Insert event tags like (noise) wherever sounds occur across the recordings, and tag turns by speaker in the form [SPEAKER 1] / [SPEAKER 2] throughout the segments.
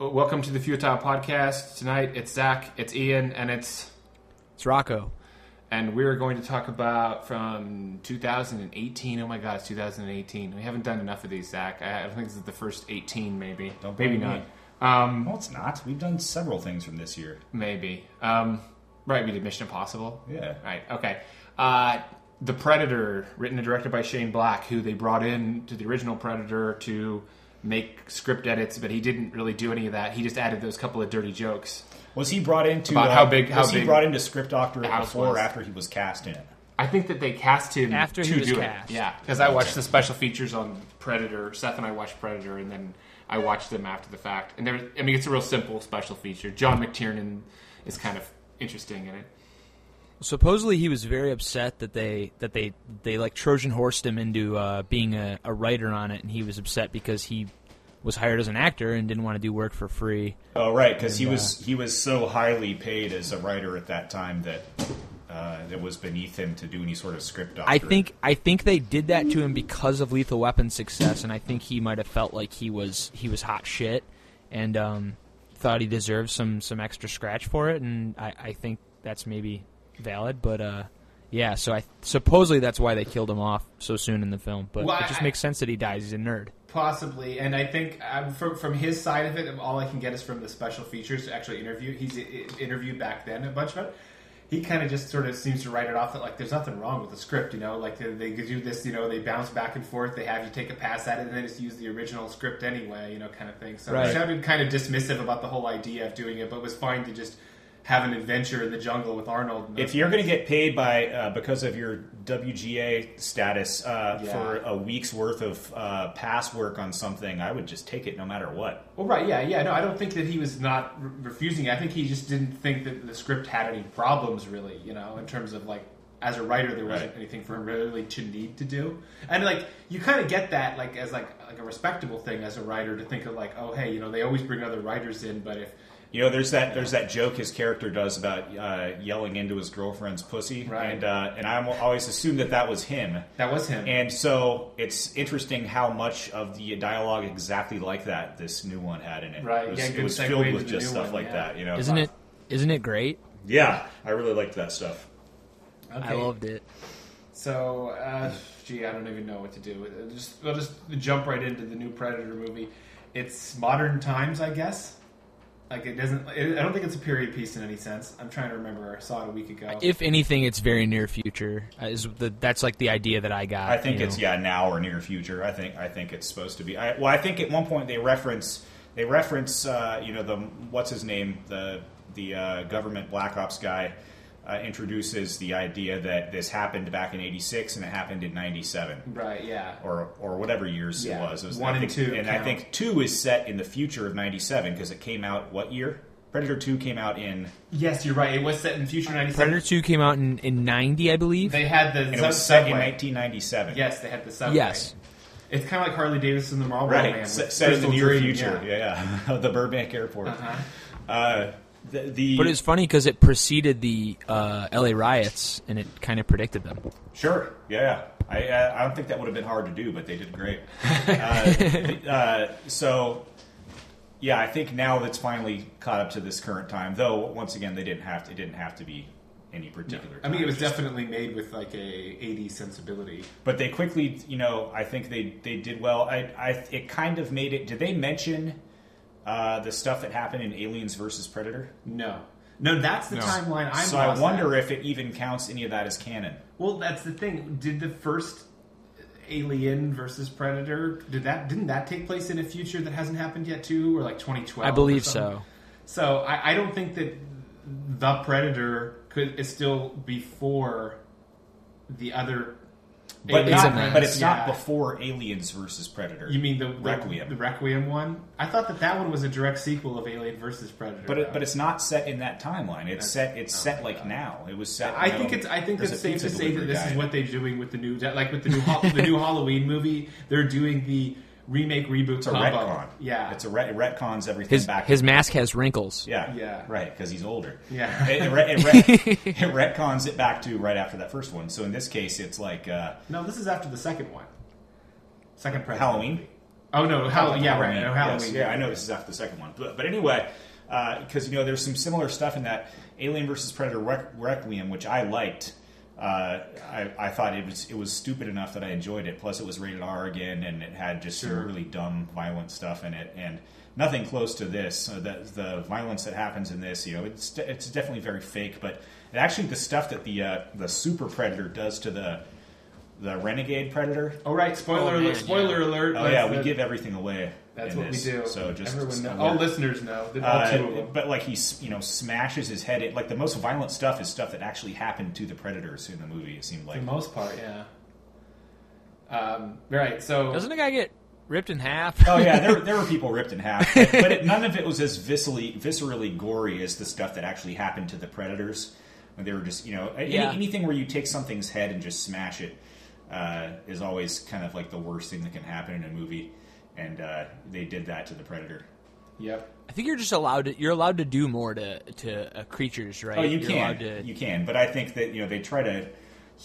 [SPEAKER 1] W- welcome to the Futile Podcast. Tonight it's Zach, it's Ian, and it's
[SPEAKER 2] It's Rocco.
[SPEAKER 1] and we're going to talk about from 2018. Oh my God, it's 2018. We haven't done enough of these, Zach. I, I think this is the first 18, maybe.
[SPEAKER 3] Don't
[SPEAKER 1] maybe
[SPEAKER 3] blame
[SPEAKER 1] not.
[SPEAKER 3] me.
[SPEAKER 1] Um,
[SPEAKER 3] No, it's not. We've done several things from this year.
[SPEAKER 1] maybe. Um, right, we did Mission Impossible.
[SPEAKER 3] Yeah.
[SPEAKER 1] Right. Okay. Uh, the Predator, written and directed by Shane Black, who they brought in to the original Predator to make script edits, but he didn't really do any of that. He just added those couple of dirty jokes.
[SPEAKER 3] Was he brought into uh,
[SPEAKER 1] About how big-
[SPEAKER 3] Was
[SPEAKER 1] how
[SPEAKER 3] he
[SPEAKER 1] big
[SPEAKER 3] brought into script doctor
[SPEAKER 1] house
[SPEAKER 3] before
[SPEAKER 1] was.
[SPEAKER 3] or after he was cast in it?
[SPEAKER 1] I think that they cast him
[SPEAKER 2] After
[SPEAKER 1] to
[SPEAKER 2] he was
[SPEAKER 1] do
[SPEAKER 2] cast.
[SPEAKER 1] it. Yeah, because I watched the special features on Predator. Seth and I watched Predator, and then I watched them after the fact. And there, I mean, it's a real simple special feature. John McTiernan is kind of interesting in it.
[SPEAKER 2] Supposedly he was very upset that they that they they like Trojan horsed him into uh, being a, a writer on it, and he was upset because he was hired as an actor and didn't want to do work for free.
[SPEAKER 3] Oh, right, because he was
[SPEAKER 1] uh,
[SPEAKER 3] he was so highly paid as a writer at that time that uh, it was beneath him to do any sort of script doctor.
[SPEAKER 2] I think I think they did that to him because of Lethal Weapon success, and I think he might have felt like he was he was hot shit, and um, thought he deserved some some extra scratch for it, and I, I think that's maybe valid, but uh, yeah. So I supposedly that's why they killed him off so soon in the film, but
[SPEAKER 1] Well,
[SPEAKER 2] it just
[SPEAKER 1] I-
[SPEAKER 2] makes sense that he dies. He's a nerd.
[SPEAKER 1] Possibly, and I think um, from from his side of it, all I can get is from the special features to actually interview. He's i- i- interviewed back then a bunch of it. He kind of just sort of seems to write it off that like there's nothing wrong with the script, you know. Like they, they do this, you know, they bounce back and forth, they have you take a pass at it, and then just use the original script anyway, you know, kind of thing. So
[SPEAKER 2] Right.
[SPEAKER 1] it sounded kind of dismissive about the whole idea of doing it, but was fine to just have an adventure in the jungle with Arnold. and
[SPEAKER 3] if you're going to get paid by uh, because of your WGA status uh,
[SPEAKER 1] Yeah.
[SPEAKER 3] for a week's worth of uh, past work on something, I would just take it no matter what.
[SPEAKER 1] Well, right, yeah, yeah. No, I don't think that he was not re- refusing. it. I think he just didn't think that the script had any problems, really. You know, in terms of like as a writer, there wasn't
[SPEAKER 3] Right.
[SPEAKER 1] anything for him really to need to do. And like you kind of get that like as like like a respectable thing as a writer to think of like, oh, hey, you know, they always bring other writers in, but if
[SPEAKER 3] You know, there's that there's that joke his character does about uh, yelling into his girlfriend's pussy,
[SPEAKER 1] Right.
[SPEAKER 3] and uh, and I am- always assumed that that was him.
[SPEAKER 1] that was him,
[SPEAKER 3] And so it's interesting how much of the dialogue exactly like that this new one had in it.
[SPEAKER 1] Right,
[SPEAKER 3] it was,
[SPEAKER 1] yeah,
[SPEAKER 3] it
[SPEAKER 1] good
[SPEAKER 3] was
[SPEAKER 1] segue
[SPEAKER 3] filled
[SPEAKER 1] into
[SPEAKER 3] with
[SPEAKER 1] the
[SPEAKER 3] just
[SPEAKER 1] new
[SPEAKER 3] stuff
[SPEAKER 1] one,
[SPEAKER 3] like
[SPEAKER 1] yeah.
[SPEAKER 3] that. You know,
[SPEAKER 2] Isn't it? Isn't it great?
[SPEAKER 3] Yeah, I really liked that stuff.
[SPEAKER 2] I loved it.
[SPEAKER 1] So, uh, gee, I don't even know what to do. Uh, Just we'll just jump right into the new Predator movie. It's modern times, I guess. Like it doesn't. It, I don't think it's a period piece in any sense. I'm trying to remember. I saw it a week ago.
[SPEAKER 2] If anything, it's very near future. Uh, Is the, that's like the idea that I got.
[SPEAKER 3] I think
[SPEAKER 2] you
[SPEAKER 3] it's
[SPEAKER 2] know?
[SPEAKER 3] yeah now or near future. I think I think it's supposed to be. I, well, I think at one point they reference they reference uh, you know the what's his name the the uh, government black ops guy uh, introduces the idea that this happened back in '86 and it happened in '97.
[SPEAKER 1] right, yeah.
[SPEAKER 3] or or whatever years
[SPEAKER 1] Yeah,
[SPEAKER 3] it was. It was
[SPEAKER 1] one
[SPEAKER 3] I
[SPEAKER 1] and
[SPEAKER 3] think-
[SPEAKER 1] two
[SPEAKER 3] and I
[SPEAKER 1] count.
[SPEAKER 3] think two is set in the future of '97 because it came out what year? Predator Two came out in
[SPEAKER 1] Yes, you're right. It was set in future '97.
[SPEAKER 2] Predator Two came out in, in ninety, I believe.
[SPEAKER 1] They had the
[SPEAKER 3] and it
[SPEAKER 1] sub-
[SPEAKER 3] was set in
[SPEAKER 1] subway.
[SPEAKER 3] 1997.
[SPEAKER 1] Yes, they had the subway.
[SPEAKER 2] Yes.
[SPEAKER 1] it's kind of like Harley Davidson and the Marlboro
[SPEAKER 3] right.
[SPEAKER 1] Oh, Man.
[SPEAKER 3] S-
[SPEAKER 1] with
[SPEAKER 3] set in the
[SPEAKER 1] Crystal Uh-huh.
[SPEAKER 3] near
[SPEAKER 1] Dream,
[SPEAKER 3] future. Yeah, yeah. (laughs) the Burbank Airport. uh the, the
[SPEAKER 2] But it's funny because it preceded the uh, LA riots and it kind of predicted them.
[SPEAKER 3] Sure. Yeah. yeah. I, I I don't think that would have been hard to do, but they
[SPEAKER 2] (laughs)
[SPEAKER 3] did great. uh, th- uh, so, yeah, I think now it's finally caught up to this current time. Though once again, they didn't have to, it didn't have to be any particular.
[SPEAKER 1] I mean,
[SPEAKER 3] time,
[SPEAKER 1] it was
[SPEAKER 3] just-
[SPEAKER 1] definitely made with like a '80s sensibility.
[SPEAKER 3] But they quickly, you know, I think they they did well. I, I it kind of made it. Did they mention uh, the stuff that happened in Aliens versus Predator?
[SPEAKER 1] No, no, that's the
[SPEAKER 2] No.
[SPEAKER 1] timeline. I'm
[SPEAKER 3] so I
[SPEAKER 1] lost at.
[SPEAKER 3] wonder if it even counts any of that as canon.
[SPEAKER 1] Well, that's the thing. Did the first Alien versus Predator did that? Didn't that take place in a future that hasn't happened yet, too, or like 2012?
[SPEAKER 3] Oh,
[SPEAKER 2] I believe
[SPEAKER 1] or something?
[SPEAKER 2] so.
[SPEAKER 1] So I, I don't think that the Predator could is still before the other.
[SPEAKER 3] But
[SPEAKER 1] Alien
[SPEAKER 3] not,
[SPEAKER 1] Predator.
[SPEAKER 3] but it's
[SPEAKER 1] Yeah.
[SPEAKER 3] not before Aliens versus Predator.
[SPEAKER 1] You mean the, the
[SPEAKER 3] Requiem.
[SPEAKER 1] The Requiem one? I thought that that one was a direct sequel of Alien versus Predator.
[SPEAKER 3] But it,
[SPEAKER 1] though.
[SPEAKER 3] but it's not set in that timeline. It's set it's set like now. It was set.
[SPEAKER 1] I
[SPEAKER 3] you know,
[SPEAKER 1] think it's. I think
[SPEAKER 3] there's
[SPEAKER 1] it's
[SPEAKER 3] a
[SPEAKER 1] safe
[SPEAKER 3] pizza
[SPEAKER 1] to say that
[SPEAKER 3] delivery
[SPEAKER 1] this
[SPEAKER 3] guy.
[SPEAKER 1] is what they're doing with the new, like with the new Hall- the new Halloween movie. They're doing the remake reboot
[SPEAKER 3] it's a
[SPEAKER 1] combo.
[SPEAKER 3] retcon.
[SPEAKER 1] Yeah,
[SPEAKER 3] it's a re- it retcons everything
[SPEAKER 2] His
[SPEAKER 3] back.
[SPEAKER 2] his mask has wrinkles.
[SPEAKER 3] yeah,
[SPEAKER 1] Yeah.
[SPEAKER 3] right because he's older.
[SPEAKER 1] Yeah.
[SPEAKER 3] (laughs) it, it, re- it,
[SPEAKER 2] (laughs)
[SPEAKER 3] re- it retcons it back to right after that first one. So in this case, it's like uh,
[SPEAKER 1] no. This is after the second one, second Predator
[SPEAKER 3] Halloween?
[SPEAKER 1] movie. Oh no, Hall- yeah, right.
[SPEAKER 3] Halloween.
[SPEAKER 1] No, Halloween.
[SPEAKER 3] Yes, yeah, I know this is after the second one, but, but anyway, because you know there's some similar stuff in that Alien versus Predator Requ- Requiem, which I liked. Uh, I, I thought it was it was stupid enough that I enjoyed it. Plus, it was rated R again, and it had just some really dumb, violent stuff in it, and nothing close to this. So the the violence that happens in this, you know, it's it's definitely very fake. But and actually, the stuff that the uh, the super predator does to the the renegade predator,
[SPEAKER 1] Oh right, spoiler
[SPEAKER 2] Oh, man,
[SPEAKER 1] alert! Spoiler
[SPEAKER 2] yeah.
[SPEAKER 1] alert!
[SPEAKER 3] Oh
[SPEAKER 1] That's
[SPEAKER 3] yeah, we
[SPEAKER 1] the-
[SPEAKER 3] give everything away.
[SPEAKER 1] That's
[SPEAKER 3] in
[SPEAKER 1] what we
[SPEAKER 3] this.
[SPEAKER 1] do.
[SPEAKER 3] So just
[SPEAKER 1] everyone, know.
[SPEAKER 3] uh,
[SPEAKER 1] all listeners know. All
[SPEAKER 3] uh,
[SPEAKER 1] two of them.
[SPEAKER 3] but like he, s- you know, smashes his head. In, like the most violent stuff is stuff that actually happened to the predators in the movie. It seemed
[SPEAKER 1] For (laughs)
[SPEAKER 3] like
[SPEAKER 1] the most part, yeah. Um, right, so
[SPEAKER 2] Doesn't a guy get ripped in half?
[SPEAKER 3] Oh yeah, there, there were people ripped in half, but, but it, none of it was as viscerally, viscerally gory as the stuff that actually happened to the predators. When they were just, you know, any,
[SPEAKER 2] Yeah.
[SPEAKER 3] anything where you take something's head and just smash it uh, is always kind of like the worst thing that can happen in a movie. And uh, they did that to the predator.
[SPEAKER 1] yep.
[SPEAKER 2] (laughs) I think you're just allowed to. You're allowed to do more to to uh, creatures, right?
[SPEAKER 3] Oh, you
[SPEAKER 2] You're
[SPEAKER 3] can,
[SPEAKER 2] allowed to-
[SPEAKER 3] you can. But I think that you know they try to.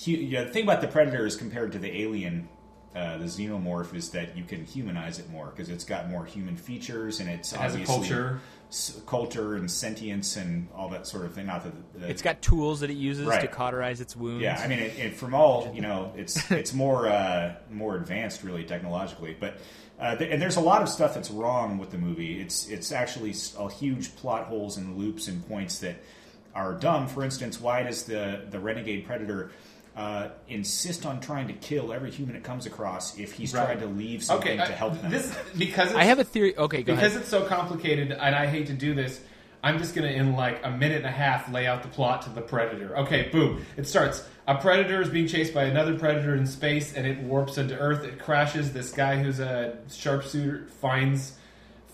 [SPEAKER 3] hu- You know, the thing about the predator is compared to the alien, uh, the xenomorph is that you can humanize it more because it's got more human features and it's
[SPEAKER 1] It has a
[SPEAKER 3] obviously
[SPEAKER 1] culture.
[SPEAKER 3] s- culture and sentience and all that sort of thing. Not that the,
[SPEAKER 2] it's got tools that it uses to
[SPEAKER 3] Right.
[SPEAKER 2] cauterize its wounds.
[SPEAKER 3] yeah, I mean, it, it, from all
[SPEAKER 1] (laughs)
[SPEAKER 3] you know, it's it's more uh, more advanced, really, technologically. But uh, th- and there's a lot of stuff that's wrong with the movie. It's it's actually s- a huge plot holes and loops and points that are dumb. For instance, why does the the renegade predator uh, insist on trying to kill every human it comes across if he's
[SPEAKER 1] Right.
[SPEAKER 3] trying to leave something
[SPEAKER 1] Okay,
[SPEAKER 3] to
[SPEAKER 1] I-
[SPEAKER 3] help them?
[SPEAKER 1] This because it's,
[SPEAKER 2] I have a theory. Okay, go
[SPEAKER 1] because
[SPEAKER 2] ahead.
[SPEAKER 1] it's so complicated, and I hate to do this. I'm just gonna in like a minute and a half lay out the plot to the predator. Okay, boom. It starts. A predator is being chased by another predator in space, and it warps into Earth. It crashes. This guy who's a sharpshooter finds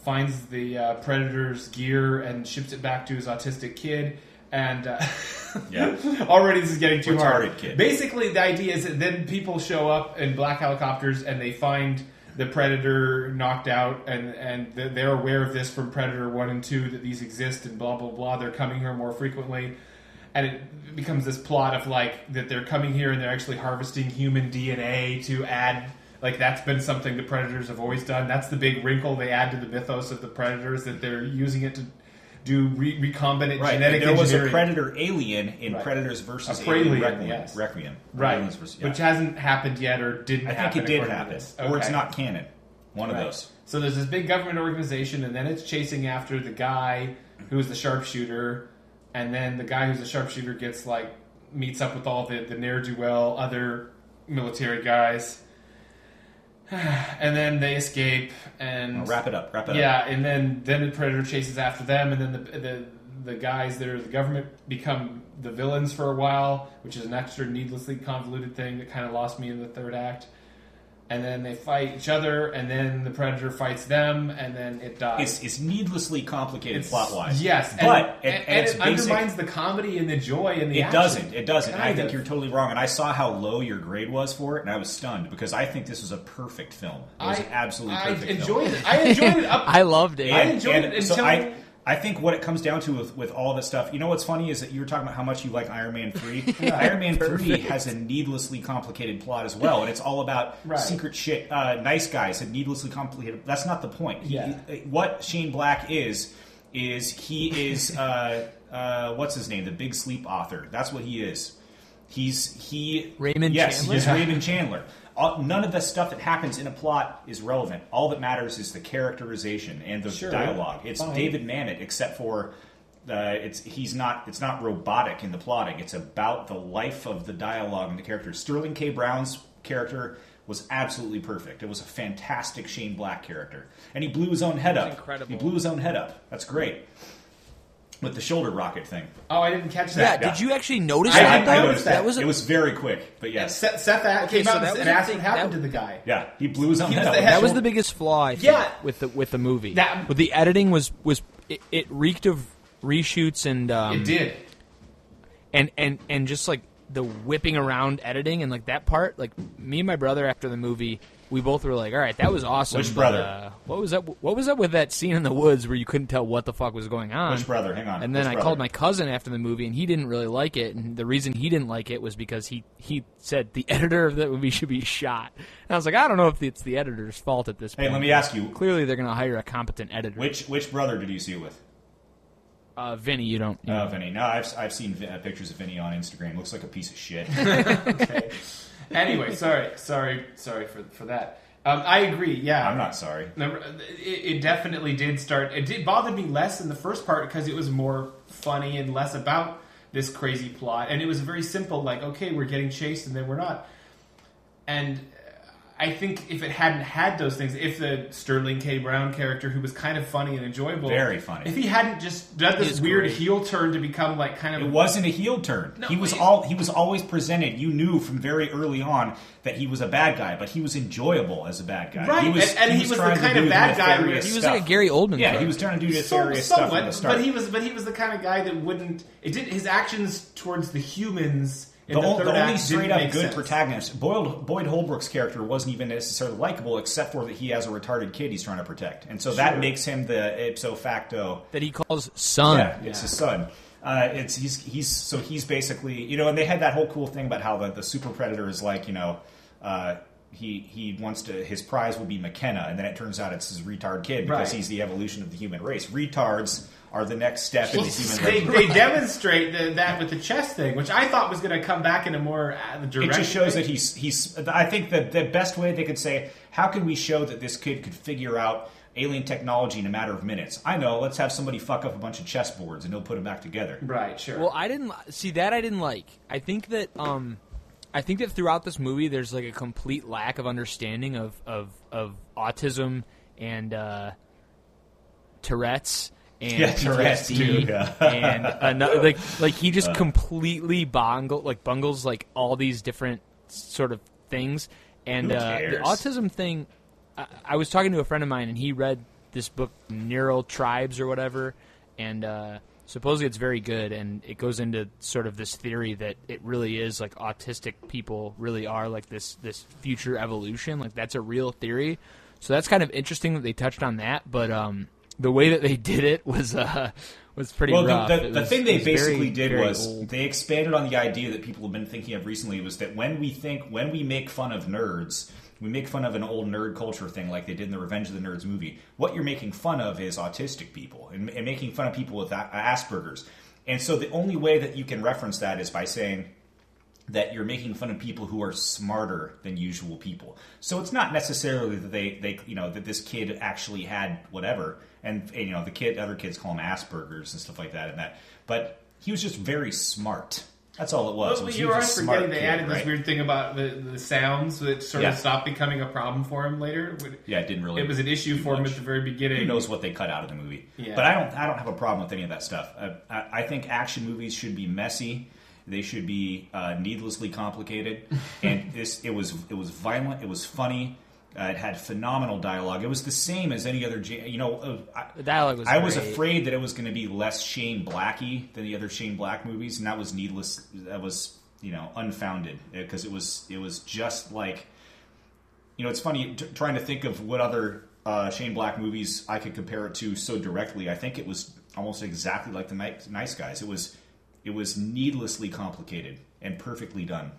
[SPEAKER 1] finds the uh, predator's gear and ships it back to his autistic kid. And uh,
[SPEAKER 3] Yeah.
[SPEAKER 1] (laughs) already this is getting too hard.
[SPEAKER 3] Retarded kid.
[SPEAKER 1] Basically, the idea is that then people show up in black helicopters and they find the predator knocked out, and and th- they're aware of this from Predator One and Two that these exist, and blah blah blah. They're coming here more frequently. And it becomes this plot of like that they're coming here and they're actually harvesting human DNA to add like that's been something the predators have always done. That's the big wrinkle they add to the mythos of the predators that they're using it to do re- recombinant
[SPEAKER 3] Right, and
[SPEAKER 1] genetic
[SPEAKER 3] there was a
[SPEAKER 1] engineering.
[SPEAKER 3] predator alien in
[SPEAKER 1] Right.
[SPEAKER 3] Predators versus
[SPEAKER 1] A
[SPEAKER 3] Alien
[SPEAKER 1] Prelude,
[SPEAKER 3] Requiem.
[SPEAKER 1] yes.
[SPEAKER 3] Requiem.
[SPEAKER 1] Right,
[SPEAKER 3] Aliens versus- yeah.
[SPEAKER 1] which hasn't happened yet, or didn't.
[SPEAKER 3] I
[SPEAKER 1] happen
[SPEAKER 3] think it did
[SPEAKER 1] according to
[SPEAKER 3] happen,
[SPEAKER 1] this.
[SPEAKER 3] or it's
[SPEAKER 1] Okay.
[SPEAKER 3] not canon. One
[SPEAKER 1] Right.
[SPEAKER 3] of those.
[SPEAKER 1] So there's this big government organization, and then it's chasing after the guy who's the sharpshooter, and then the guy who's the sharpshooter gets like meets up with all the the ne'er do well other military guys, (sighs) and then they escape. And
[SPEAKER 3] Well, wrap it up. Wrap it up.
[SPEAKER 1] yeah, and then then the predator chases after them, and then the the the guys that are the government become the villains for a while, which is an extra needlessly convoluted thing that kind of lost me in the third act. And then they fight each other, and then the predator fights them, and then it dies.
[SPEAKER 3] It's, it's needlessly complicated plot wise.
[SPEAKER 1] yes, and,
[SPEAKER 3] but
[SPEAKER 1] and,
[SPEAKER 3] at,
[SPEAKER 1] and
[SPEAKER 3] at its
[SPEAKER 1] it
[SPEAKER 3] basic,
[SPEAKER 1] undermines the comedy and the joy and the.
[SPEAKER 3] it
[SPEAKER 1] action.
[SPEAKER 3] doesn't. It doesn't. I
[SPEAKER 1] Kind
[SPEAKER 3] think
[SPEAKER 1] of.
[SPEAKER 3] you're totally wrong. And I saw how low your grade was for it, and I was stunned because I think this was a perfect film. It was
[SPEAKER 1] I
[SPEAKER 3] an absolutely
[SPEAKER 1] I
[SPEAKER 3] perfect. film.
[SPEAKER 1] enjoyed it. I enjoyed it up.
[SPEAKER 2] (laughs) I loved it.
[SPEAKER 1] I enjoyed it
[SPEAKER 3] so
[SPEAKER 1] until-
[SPEAKER 3] I, I think what it comes down to with, with all this stuff, you know what's funny is that you were talking about how much you like Iron
[SPEAKER 1] (laughs)
[SPEAKER 3] Man 3. Iron Man 3 has a needlessly complicated plot as well, and it's all about
[SPEAKER 1] (laughs) Right.
[SPEAKER 3] secret shit. Uh, nice guys and needlessly complicated. That's not the point. He-
[SPEAKER 1] Yeah.
[SPEAKER 3] he- what Shane Black is, is he
[SPEAKER 1] (laughs)
[SPEAKER 3] is, uh, uh, what's his name? The Big Sleep author. That's what he is. He's he
[SPEAKER 2] Raymond
[SPEAKER 3] yes,
[SPEAKER 2] Chandler?
[SPEAKER 3] he's
[SPEAKER 1] Yeah.
[SPEAKER 3] Raymond Chandler. All, none of the stuff that happens in a plot is relevant. All that matters is the characterization and the
[SPEAKER 1] Sure.
[SPEAKER 3] dialogue. It's
[SPEAKER 1] Fine.
[SPEAKER 3] David Mamet, except for uh, it's he's not it's not robotic in the plotting. It's about the life of the dialogue and the characters. Sterling K. Brown's character was absolutely perfect. It was a fantastic Shane Black character, and he blew his own head up.
[SPEAKER 2] incredible.
[SPEAKER 3] He blew his own head up. That's great. With the shoulder rocket thing,
[SPEAKER 1] Oh, I didn't catch
[SPEAKER 2] Yeah,
[SPEAKER 1] that.
[SPEAKER 3] Yeah.
[SPEAKER 2] Did you actually notice
[SPEAKER 1] I
[SPEAKER 2] that?
[SPEAKER 1] didn't
[SPEAKER 2] though?
[SPEAKER 1] notice that.
[SPEAKER 2] was a,
[SPEAKER 3] it was very quick, but yes,
[SPEAKER 1] Seth, Seth uh, came
[SPEAKER 2] so
[SPEAKER 1] out
[SPEAKER 2] that
[SPEAKER 1] and
[SPEAKER 2] was
[SPEAKER 1] asked
[SPEAKER 2] the
[SPEAKER 1] what
[SPEAKER 2] thing-
[SPEAKER 1] happened
[SPEAKER 2] that-
[SPEAKER 1] to the guy.
[SPEAKER 3] Yeah, he blew his own
[SPEAKER 1] He was
[SPEAKER 3] head
[SPEAKER 1] the
[SPEAKER 3] off.
[SPEAKER 1] head-
[SPEAKER 2] that was the biggest flaw. I think,
[SPEAKER 1] Yeah.
[SPEAKER 2] with the with the movie.
[SPEAKER 1] That-
[SPEAKER 2] with the editing was was it, it reeked of reshoots and um,
[SPEAKER 1] It did.
[SPEAKER 2] and and and just like the whipping around editing and like that part like me and my brother after the movie we both were like, "All right, that was awesome."
[SPEAKER 3] Which
[SPEAKER 2] but,
[SPEAKER 3] brother?
[SPEAKER 2] uh, what was that? What was up with that scene in the woods where you couldn't tell what the fuck was going on?
[SPEAKER 3] Which brother? Hang on.
[SPEAKER 2] And then
[SPEAKER 3] Which
[SPEAKER 2] I
[SPEAKER 3] brother?
[SPEAKER 2] called my cousin after the movie, and he didn't really like it. And the reason he didn't like it was because he he said the editor of that movie should be shot. And I was like, I don't know if it's the editor's fault at this
[SPEAKER 3] Hey,
[SPEAKER 2] point.
[SPEAKER 3] let me ask you.
[SPEAKER 2] Clearly, they're going to hire a competent editor.
[SPEAKER 3] Which which brother did you see it with?
[SPEAKER 2] uh, Vinny, you don't. You
[SPEAKER 3] Uh,
[SPEAKER 2] know.
[SPEAKER 3] Vinny. No, I've, I've seen uh, pictures of Vinny on Instagram. Looks like a piece of shit. (laughs)
[SPEAKER 1] anyway, sorry, sorry, sorry for for that. Um, I agree. Yeah,
[SPEAKER 3] I'm not sorry.
[SPEAKER 1] Number, it, it definitely did start. It did bothered me less in the first part because it was more funny and less about this crazy plot, and it was very simple. Like, okay, we're getting chased, and then we're not. And uh, I think if it hadn't had those things, if the Sterling K. Brown character, who was kind of funny and enjoyable,
[SPEAKER 3] Very funny.
[SPEAKER 1] if he hadn't just done this
[SPEAKER 2] is
[SPEAKER 1] weird
[SPEAKER 2] great.
[SPEAKER 1] heel turn to become like kind of
[SPEAKER 3] It wasn't a heel turn.
[SPEAKER 1] No,
[SPEAKER 3] he was
[SPEAKER 1] it-
[SPEAKER 3] all he was always presented. You knew from very early on that he was a bad guy, but he was enjoyable as a bad guy.
[SPEAKER 1] Right,
[SPEAKER 3] He was,
[SPEAKER 1] and- and he was the
[SPEAKER 3] trying to
[SPEAKER 1] kind of
[SPEAKER 3] do
[SPEAKER 1] bad guy where-
[SPEAKER 3] nefarious
[SPEAKER 2] he was
[SPEAKER 3] stuff.
[SPEAKER 2] like a Gary Oldman.
[SPEAKER 3] Yeah,
[SPEAKER 2] sort
[SPEAKER 3] he
[SPEAKER 2] of.
[SPEAKER 3] was trying to do this
[SPEAKER 1] So-
[SPEAKER 3] serious
[SPEAKER 1] somewhat,
[SPEAKER 3] stuff from the start.
[SPEAKER 1] But he was but he was the kind of guy that wouldn't. It did his actions towards the humans. In
[SPEAKER 3] the,
[SPEAKER 1] the,
[SPEAKER 3] ol-
[SPEAKER 1] third
[SPEAKER 3] the only
[SPEAKER 1] act
[SPEAKER 3] straight
[SPEAKER 1] didn't
[SPEAKER 3] up
[SPEAKER 1] make
[SPEAKER 3] good
[SPEAKER 1] sense.
[SPEAKER 3] protagonist. Boyd, Boyd Holbrook's character wasn't even necessarily likable, except for that he has a retarded kid he's trying to protect, and so that
[SPEAKER 1] Sure.
[SPEAKER 3] makes him the ipso facto.
[SPEAKER 2] that he calls son.
[SPEAKER 3] Yeah, it's his son. Uh, it's he's he's so he's basically you know, and they had that whole cool thing about how the, the super predator is like you know. Uh, he, he wants to his prize will be McKenna, and then it turns out it's his retard kid because
[SPEAKER 1] Right.
[SPEAKER 3] he's the evolution of the human race. Retards are the next step in the human race.
[SPEAKER 1] They, they demonstrate the, that with the chess thing, which I thought was going to come back in a more uh, direction.
[SPEAKER 3] It just shows that he's he's. I think that the best way they could say, how can we show that this kid could figure out alien technology in a matter of minutes? I know. Let's have somebody fuck up a bunch of chessboards and he'll put them back together.
[SPEAKER 1] right. Sure.
[SPEAKER 2] Well, I didn't li- see that. I didn't like. I think that um, I think that throughout this movie, there's like a complete lack of understanding of of, of autism and uh, Tourette's. And
[SPEAKER 3] Yeah, Tourette's,
[SPEAKER 2] PTSD
[SPEAKER 3] dude, yeah.
[SPEAKER 2] and
[SPEAKER 3] (laughs)
[SPEAKER 2] ano- like like he
[SPEAKER 3] Uh.
[SPEAKER 2] just completely bungle like bungles like all these different sort of things. And
[SPEAKER 3] Who
[SPEAKER 2] uh, the
[SPEAKER 3] cares?
[SPEAKER 2] autism thing, I, I was talking to a friend of mine, and he read this book, Neural Tribes or whatever, and uh, supposedly it's very good, and it goes into sort of this theory that it really is like autistic people really are like this this future evolution, like that's a real theory. So that's kind of interesting that they touched on that, but um, the way that they (laughs) did it was uh, was pretty
[SPEAKER 3] Well,
[SPEAKER 2] rough.
[SPEAKER 3] the, the,
[SPEAKER 2] It
[SPEAKER 3] the
[SPEAKER 2] was-
[SPEAKER 3] thing
[SPEAKER 2] it
[SPEAKER 3] they
[SPEAKER 2] was very,
[SPEAKER 3] basically did
[SPEAKER 2] very
[SPEAKER 3] was
[SPEAKER 2] old.
[SPEAKER 3] they expanded on the idea that people have been thinking of recently was that when we think when we make fun of nerds, we make fun of an old nerd culture thing like they did in the Revenge of the Nerds movie. What you're making fun of is autistic people and, and making fun of people with a- Asperger's. And so the only way that you can reference that is by saying that you're making fun of people who are smarter than usual people. So it's not necessarily that they, they you know that this kid actually had whatever, and, and, you know the kid other kids call him Asperger's and stuff like that and that, but he was just very smart. That's all it was.
[SPEAKER 1] Well,
[SPEAKER 3] It was he
[SPEAKER 1] you
[SPEAKER 3] was
[SPEAKER 1] are
[SPEAKER 3] a smart
[SPEAKER 1] forgetting they
[SPEAKER 3] kid,
[SPEAKER 1] added this
[SPEAKER 3] right?
[SPEAKER 1] weird thing about the, the sounds, which sort
[SPEAKER 3] Yeah.
[SPEAKER 1] of stopped becoming a problem for him later. When-
[SPEAKER 3] Yeah, it didn't really.
[SPEAKER 1] It was an issue
[SPEAKER 3] do
[SPEAKER 1] for him
[SPEAKER 3] much.
[SPEAKER 1] at the very beginning.
[SPEAKER 3] Who knows what they cut out of the movie?
[SPEAKER 1] Yeah.
[SPEAKER 3] But I don't. I don't have a problem with any of that stuff. I, I, I think action movies should be messy. They should be uh, needlessly complicated. and this, it was. It was violent. It was funny. Uh, it had phenomenal dialogue. It was the same as any other. J- You know, uh, I,
[SPEAKER 2] The dialogue was
[SPEAKER 3] I was
[SPEAKER 2] great.
[SPEAKER 3] afraid that it was going to be less Shane Blacky than the other Shane Black movies, and that was needless. That was you know unfounded because it was it was just like you know it's funny t- trying to think of what other uh, Shane Black movies I could compare it to so directly. I think it was almost exactly like the Ni- Nice Guys. It was it was needlessly complicated and perfectly done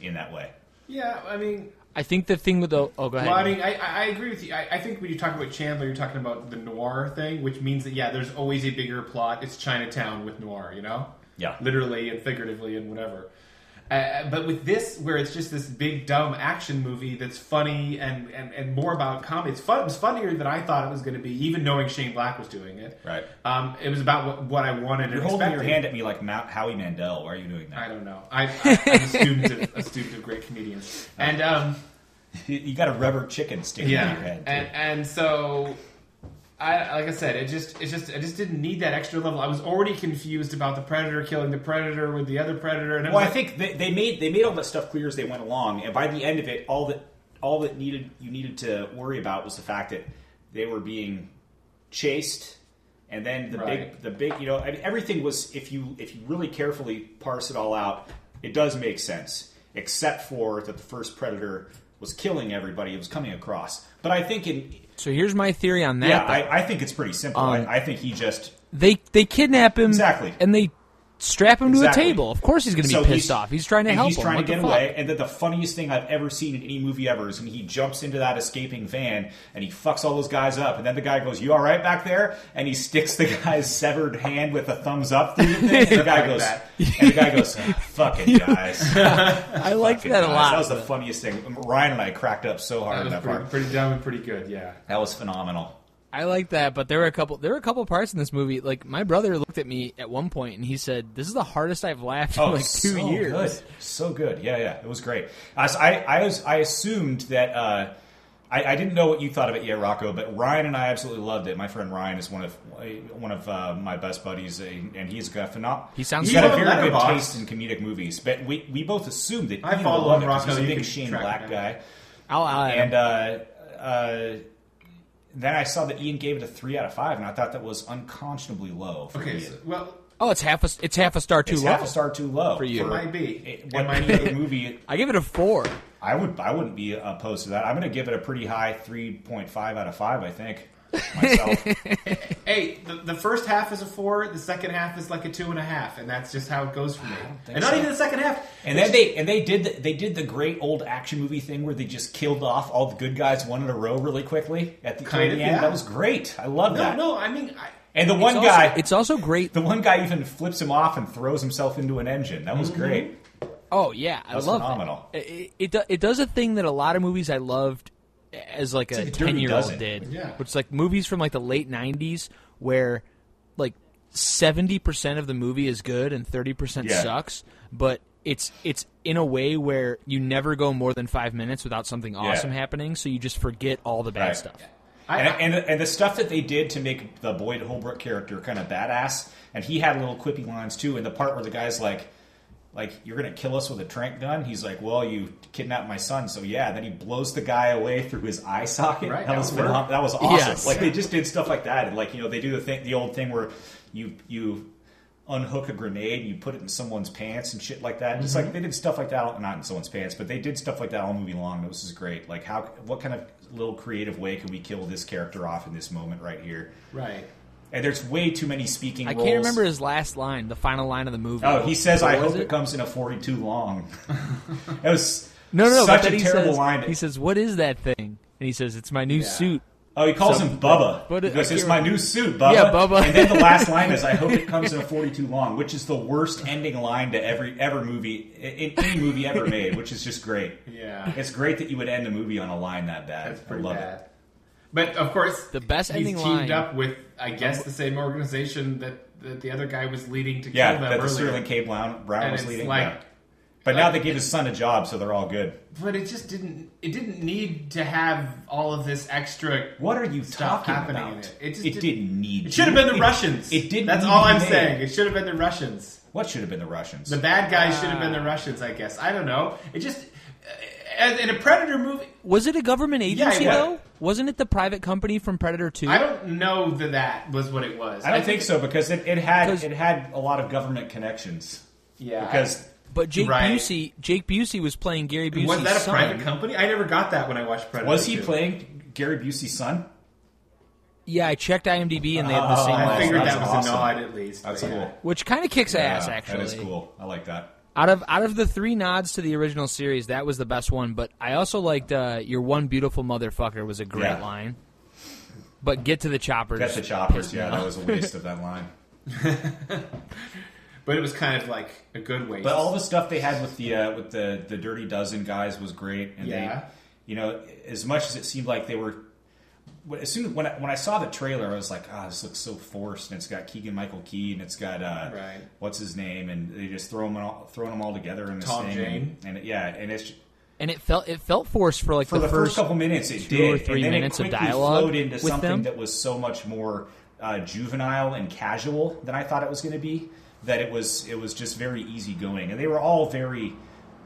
[SPEAKER 3] in that way.
[SPEAKER 1] Yeah, I mean,
[SPEAKER 2] I think the thing with the oh go ahead.
[SPEAKER 1] Well, I mean, I, I I agree with you. I, I think when you talk about Chandler, you're talking about the noir thing, which means that yeah, there's always a bigger plot. It's Chinatown with noir, you know,
[SPEAKER 3] Yeah.
[SPEAKER 1] literally and figuratively and whatever. Uh, but with this, where it's just this big dumb action movie that's funny and, and, and more about comedy. It's fun. It was funnier than I thought it was going to be, even knowing Shane Black was doing it.
[SPEAKER 3] Right.
[SPEAKER 1] Um, it was about what, what I wanted.
[SPEAKER 3] You're
[SPEAKER 1] and
[SPEAKER 3] holding your
[SPEAKER 1] expected.
[SPEAKER 3] hand at me like Ma- Howie Mandel. Why are you doing
[SPEAKER 1] I
[SPEAKER 3] that?
[SPEAKER 1] don't know. I, I, I'm a student, of, a student of great comedians, and um.
[SPEAKER 3] You got a rubber chicken sticking in your head. too.
[SPEAKER 1] And, and so, I like I said, it just it just I just didn't need that extra level. I was already confused about the predator killing the predator with the other predator, and it
[SPEAKER 3] Well,
[SPEAKER 1] was
[SPEAKER 3] I think they, they made they made all that stuff clear as they went along, and by the end of it, all that all that needed you needed to worry about was the fact that they were being chased, and then the
[SPEAKER 1] Right.
[SPEAKER 3] big the big you know I mean, everything was if you if you really carefully parse it all out, it does make sense, except for that the first predator was killing everybody. It was coming across, but I think in
[SPEAKER 2] So here's my theory on that.
[SPEAKER 3] yeah,
[SPEAKER 2] though.
[SPEAKER 3] I, I think it's pretty simple. I, I think he just
[SPEAKER 2] they they kidnap him
[SPEAKER 3] Exactly.
[SPEAKER 2] and they strap him
[SPEAKER 3] Exactly.
[SPEAKER 2] to a table. Of course he's going to be
[SPEAKER 3] So
[SPEAKER 2] pissed off. He's trying to
[SPEAKER 3] and
[SPEAKER 2] help
[SPEAKER 3] He's
[SPEAKER 2] him.
[SPEAKER 3] trying
[SPEAKER 2] What
[SPEAKER 3] to
[SPEAKER 2] the
[SPEAKER 3] get
[SPEAKER 2] fuck?
[SPEAKER 3] away. And that the funniest thing I've ever seen in any movie ever is when he jumps into that escaping van and he fucks all those guys up. And then the guy goes, "You all right back there?" And he sticks the guy's severed hand with a thumbs up through the thing. And the guy
[SPEAKER 1] (laughs) Like
[SPEAKER 3] goes,
[SPEAKER 1] that.
[SPEAKER 3] and the guy goes, "Ah,
[SPEAKER 2] (laughs)
[SPEAKER 3] "Fucking guys."
[SPEAKER 2] I liked
[SPEAKER 3] Fucking
[SPEAKER 2] that a
[SPEAKER 3] guys."
[SPEAKER 2] lot.
[SPEAKER 3] That was the funniest thing. Ryan and I cracked up so hard
[SPEAKER 1] That
[SPEAKER 3] at
[SPEAKER 1] was
[SPEAKER 3] that
[SPEAKER 1] pretty,
[SPEAKER 3] part.
[SPEAKER 1] pretty dumb and pretty good. Yeah.
[SPEAKER 3] That was phenomenal.
[SPEAKER 2] I like that, but there were a couple. There were a couple parts in this movie. Like my brother looked at me at one point and he said, "This is the hardest I've laughed in like two
[SPEAKER 3] Oh, so
[SPEAKER 2] years."
[SPEAKER 3] Good. So good. Yeah, yeah. It was great. I s- I, I was, I assumed that. Uh, I, I didn't know what you thought of it yet, Rocco, but Ryan and I absolutely loved it. My friend Ryan is one of one of uh, my best buddies, and and he's got phenomenal.
[SPEAKER 2] He sounds
[SPEAKER 3] he's got a
[SPEAKER 1] good.
[SPEAKER 3] very good
[SPEAKER 1] Letterboxd.
[SPEAKER 3] taste in comedic movies. But we, we both assumed that
[SPEAKER 1] I
[SPEAKER 3] he
[SPEAKER 1] follow
[SPEAKER 3] would love it 'cause
[SPEAKER 1] Rocco,
[SPEAKER 3] He's a
[SPEAKER 1] you
[SPEAKER 3] big
[SPEAKER 1] can
[SPEAKER 3] Shane
[SPEAKER 1] track
[SPEAKER 3] Black
[SPEAKER 1] him down.
[SPEAKER 3] guy,
[SPEAKER 2] I'll, I'll,
[SPEAKER 3] and uh, uh, then I saw that Ian gave it a three out of five, and I thought that was unconscionably low. For
[SPEAKER 1] Okay.
[SPEAKER 3] Ian.
[SPEAKER 1] So, well,
[SPEAKER 2] oh, it's half a it's half a star too
[SPEAKER 3] it's
[SPEAKER 2] low.
[SPEAKER 3] half a star too low
[SPEAKER 2] For you.
[SPEAKER 1] it might be.
[SPEAKER 3] it,
[SPEAKER 1] It
[SPEAKER 3] what (laughs)
[SPEAKER 1] might (laughs)
[SPEAKER 3] any other movie
[SPEAKER 2] I give it a four.
[SPEAKER 3] I would I wouldn't be opposed to that. I'm going to give it a pretty high 3.5 out of 5, I think. Myself.
[SPEAKER 1] Hey, the, the first half is a four. The second half is like a two and a half, and that's just how it goes for me.
[SPEAKER 3] think
[SPEAKER 1] And not
[SPEAKER 3] so.
[SPEAKER 1] even the second half.
[SPEAKER 3] and then they and they did the, they did the great old action movie thing where they just killed off all the good guys one in a row really quickly at the,
[SPEAKER 1] Kind
[SPEAKER 3] toward the
[SPEAKER 1] of,
[SPEAKER 3] end.
[SPEAKER 1] yeah.
[SPEAKER 3] That was great. I love
[SPEAKER 1] No,
[SPEAKER 3] that.
[SPEAKER 1] no. I mean, I,
[SPEAKER 3] And the one
[SPEAKER 2] It's also-
[SPEAKER 3] guy
[SPEAKER 2] It's also great.
[SPEAKER 3] the one guy even flips him off and throws himself into an engine. That was great.
[SPEAKER 2] Oh yeah, I
[SPEAKER 3] That was
[SPEAKER 2] love
[SPEAKER 3] phenomenal.
[SPEAKER 2] It. It, it do- it does a thing that a lot of movies I loved as like a
[SPEAKER 3] like a Dirty
[SPEAKER 2] ten year old
[SPEAKER 3] Dozen.
[SPEAKER 2] did,
[SPEAKER 1] Yeah.
[SPEAKER 2] which is like movies from like the late '90s where like seventy percent of the movie is good and thirty percent
[SPEAKER 3] Yeah.
[SPEAKER 2] sucks, but it's it's in a way where you never go more than five minutes without something awesome happening, so you just forget all the bad
[SPEAKER 3] Right.
[SPEAKER 2] stuff.
[SPEAKER 1] I, I-
[SPEAKER 3] and, and and the stuff that they did to make the Boyd Holbrook character kind of badass, and he had little quippy lines too. And the part where the guy's like, "Like you're gonna kill us with a trank gun," he's like, "Well, you kidnapped my son, so yeah." Then he blows the guy away through his eye socket.
[SPEAKER 1] Right,
[SPEAKER 3] that
[SPEAKER 1] that
[SPEAKER 3] was
[SPEAKER 1] would work.
[SPEAKER 3] phenom- that was awesome.
[SPEAKER 2] Yes.
[SPEAKER 3] Like they just did stuff like that, and like you know they do the thing, the old thing where you you unhook a grenade and you put it in someone's pants and shit like that. Just
[SPEAKER 2] Mm-hmm.
[SPEAKER 3] like they did stuff like that, not in someone's pants, but they did stuff like that all movie long. This is great. Like how, what kind of little creative way can we kill this character off in this moment right here?
[SPEAKER 1] right.
[SPEAKER 3] And there's way too many speaking.
[SPEAKER 2] I
[SPEAKER 3] roles.
[SPEAKER 2] can't remember his last line, the final line of the movie.
[SPEAKER 3] Oh, he says,
[SPEAKER 2] What
[SPEAKER 3] "I
[SPEAKER 2] was
[SPEAKER 3] hope it? comes in a 42 long." (laughs) it was
[SPEAKER 2] (laughs) No, no, no,
[SPEAKER 3] such
[SPEAKER 2] but
[SPEAKER 3] a
[SPEAKER 2] then he
[SPEAKER 3] terrible
[SPEAKER 2] says,
[SPEAKER 3] line.
[SPEAKER 2] He says, "What is that thing?" And he says, "It's my new suit."
[SPEAKER 3] Oh, he calls
[SPEAKER 2] So-
[SPEAKER 3] him Bubba.
[SPEAKER 2] But
[SPEAKER 3] But
[SPEAKER 2] it-
[SPEAKER 3] because
[SPEAKER 2] I
[SPEAKER 3] it's
[SPEAKER 2] can't
[SPEAKER 3] my new suit, Bubba.
[SPEAKER 2] Yeah, Bubba.
[SPEAKER 3] and then
[SPEAKER 2] (laughs)
[SPEAKER 3] the last line is, "I hope it comes in a forty-two long," which is the worst ending line to every ever movie in any
[SPEAKER 2] (laughs)
[SPEAKER 3] movie ever made, which is just great.
[SPEAKER 1] Yeah.
[SPEAKER 3] It's great that you would end a movie on a line that bad.
[SPEAKER 1] That's
[SPEAKER 3] I
[SPEAKER 1] pretty
[SPEAKER 3] love
[SPEAKER 1] bad.
[SPEAKER 3] it.
[SPEAKER 1] But of course,
[SPEAKER 2] The best
[SPEAKER 1] he's
[SPEAKER 2] ending
[SPEAKER 1] teamed
[SPEAKER 2] line-
[SPEAKER 1] up with, I guess, the same organization that, that the other guy was leading to
[SPEAKER 3] Yeah,
[SPEAKER 1] kill them
[SPEAKER 3] that the
[SPEAKER 1] earlier.
[SPEAKER 3] Sterling K. Brown, Brown
[SPEAKER 1] and
[SPEAKER 3] was
[SPEAKER 1] it's
[SPEAKER 3] leading.
[SPEAKER 1] like,
[SPEAKER 3] yeah. But now they gave his son a job, so they're all good.
[SPEAKER 1] but it just didn't. It didn't need to have all of this extra.
[SPEAKER 3] What are you
[SPEAKER 1] Stuff
[SPEAKER 3] talking
[SPEAKER 1] happening
[SPEAKER 3] about?
[SPEAKER 1] in it. It just
[SPEAKER 3] didn't,
[SPEAKER 1] didn't-
[SPEAKER 3] need.
[SPEAKER 1] It should have
[SPEAKER 3] to.
[SPEAKER 1] been the Russians.
[SPEAKER 3] It didn't.
[SPEAKER 1] That's
[SPEAKER 3] need
[SPEAKER 1] all
[SPEAKER 3] to
[SPEAKER 1] I'm
[SPEAKER 3] be made.
[SPEAKER 1] saying. It should have been the Russians.
[SPEAKER 3] What should have been the Russians?
[SPEAKER 1] The bad
[SPEAKER 2] Ah.
[SPEAKER 1] guys should have been the Russians, I guess. I don't know. It just uh, in a Predator movie,
[SPEAKER 2] Was it a government
[SPEAKER 1] Yeah,
[SPEAKER 2] agency
[SPEAKER 1] it was.
[SPEAKER 2] though? Wasn't it the private company from Predator Two?
[SPEAKER 1] I don't know that that was what it was.
[SPEAKER 3] I don't think so because it, it had
[SPEAKER 2] 'Cause-
[SPEAKER 3] it had a lot of government connections.
[SPEAKER 1] Yeah,
[SPEAKER 3] Because
[SPEAKER 2] But Jake
[SPEAKER 1] Right.
[SPEAKER 2] Busey, Jake Busey was playing Gary Busey's
[SPEAKER 1] was that a
[SPEAKER 2] son.
[SPEAKER 1] private company? I never got that when I watched Predator.
[SPEAKER 3] was he
[SPEAKER 1] 2.
[SPEAKER 3] playing Gary Busey's son?
[SPEAKER 2] Yeah, I checked IMDb and they had the
[SPEAKER 3] Oh,
[SPEAKER 2] same.
[SPEAKER 1] I
[SPEAKER 3] Oh,
[SPEAKER 2] last
[SPEAKER 1] figured
[SPEAKER 2] name.
[SPEAKER 3] that's
[SPEAKER 1] that was
[SPEAKER 3] awesome.
[SPEAKER 1] a nod at least.
[SPEAKER 3] That's
[SPEAKER 1] but yeah.
[SPEAKER 3] cool.
[SPEAKER 2] which kind of kicks ass
[SPEAKER 3] Yeah,
[SPEAKER 2] actually.
[SPEAKER 3] that is cool. I like that.
[SPEAKER 2] Out of out of the three nods to the original series, that was the best one. But I also liked uh, your one beautiful motherfucker was a great
[SPEAKER 3] Yeah.
[SPEAKER 2] line. But get to the choppers.
[SPEAKER 3] Got the choppers. Yeah, that was a waste of that line.
[SPEAKER 1] But it was kind of like a good waste.
[SPEAKER 3] But all the stuff they had with the uh, with the the Dirty Dozen guys was great. And
[SPEAKER 1] Yeah.
[SPEAKER 3] they, you know, as much as it seemed like they were. when- As soon when I, when I saw the trailer, I was like, "Ah, this looks so forced." And it's got Keegan Michael Key, and it's got uh,
[SPEAKER 1] Right.
[SPEAKER 3] what's his name, and they just throw them all throwing them all together in this
[SPEAKER 1] Tom
[SPEAKER 3] thing.
[SPEAKER 1] Jane.
[SPEAKER 3] And, and yeah, and it's
[SPEAKER 2] and it felt it felt forced for like
[SPEAKER 3] for the, first, couple minutes it
[SPEAKER 2] two
[SPEAKER 3] did,
[SPEAKER 2] or three
[SPEAKER 3] and then
[SPEAKER 2] minutes
[SPEAKER 3] it
[SPEAKER 2] of
[SPEAKER 3] quickly
[SPEAKER 2] dialogue
[SPEAKER 3] flowed into
[SPEAKER 2] with
[SPEAKER 3] something
[SPEAKER 2] them.
[SPEAKER 3] that was so much more uh, juvenile and casual than I thought it was going to be. That it was it was just very easygoing, and they were all very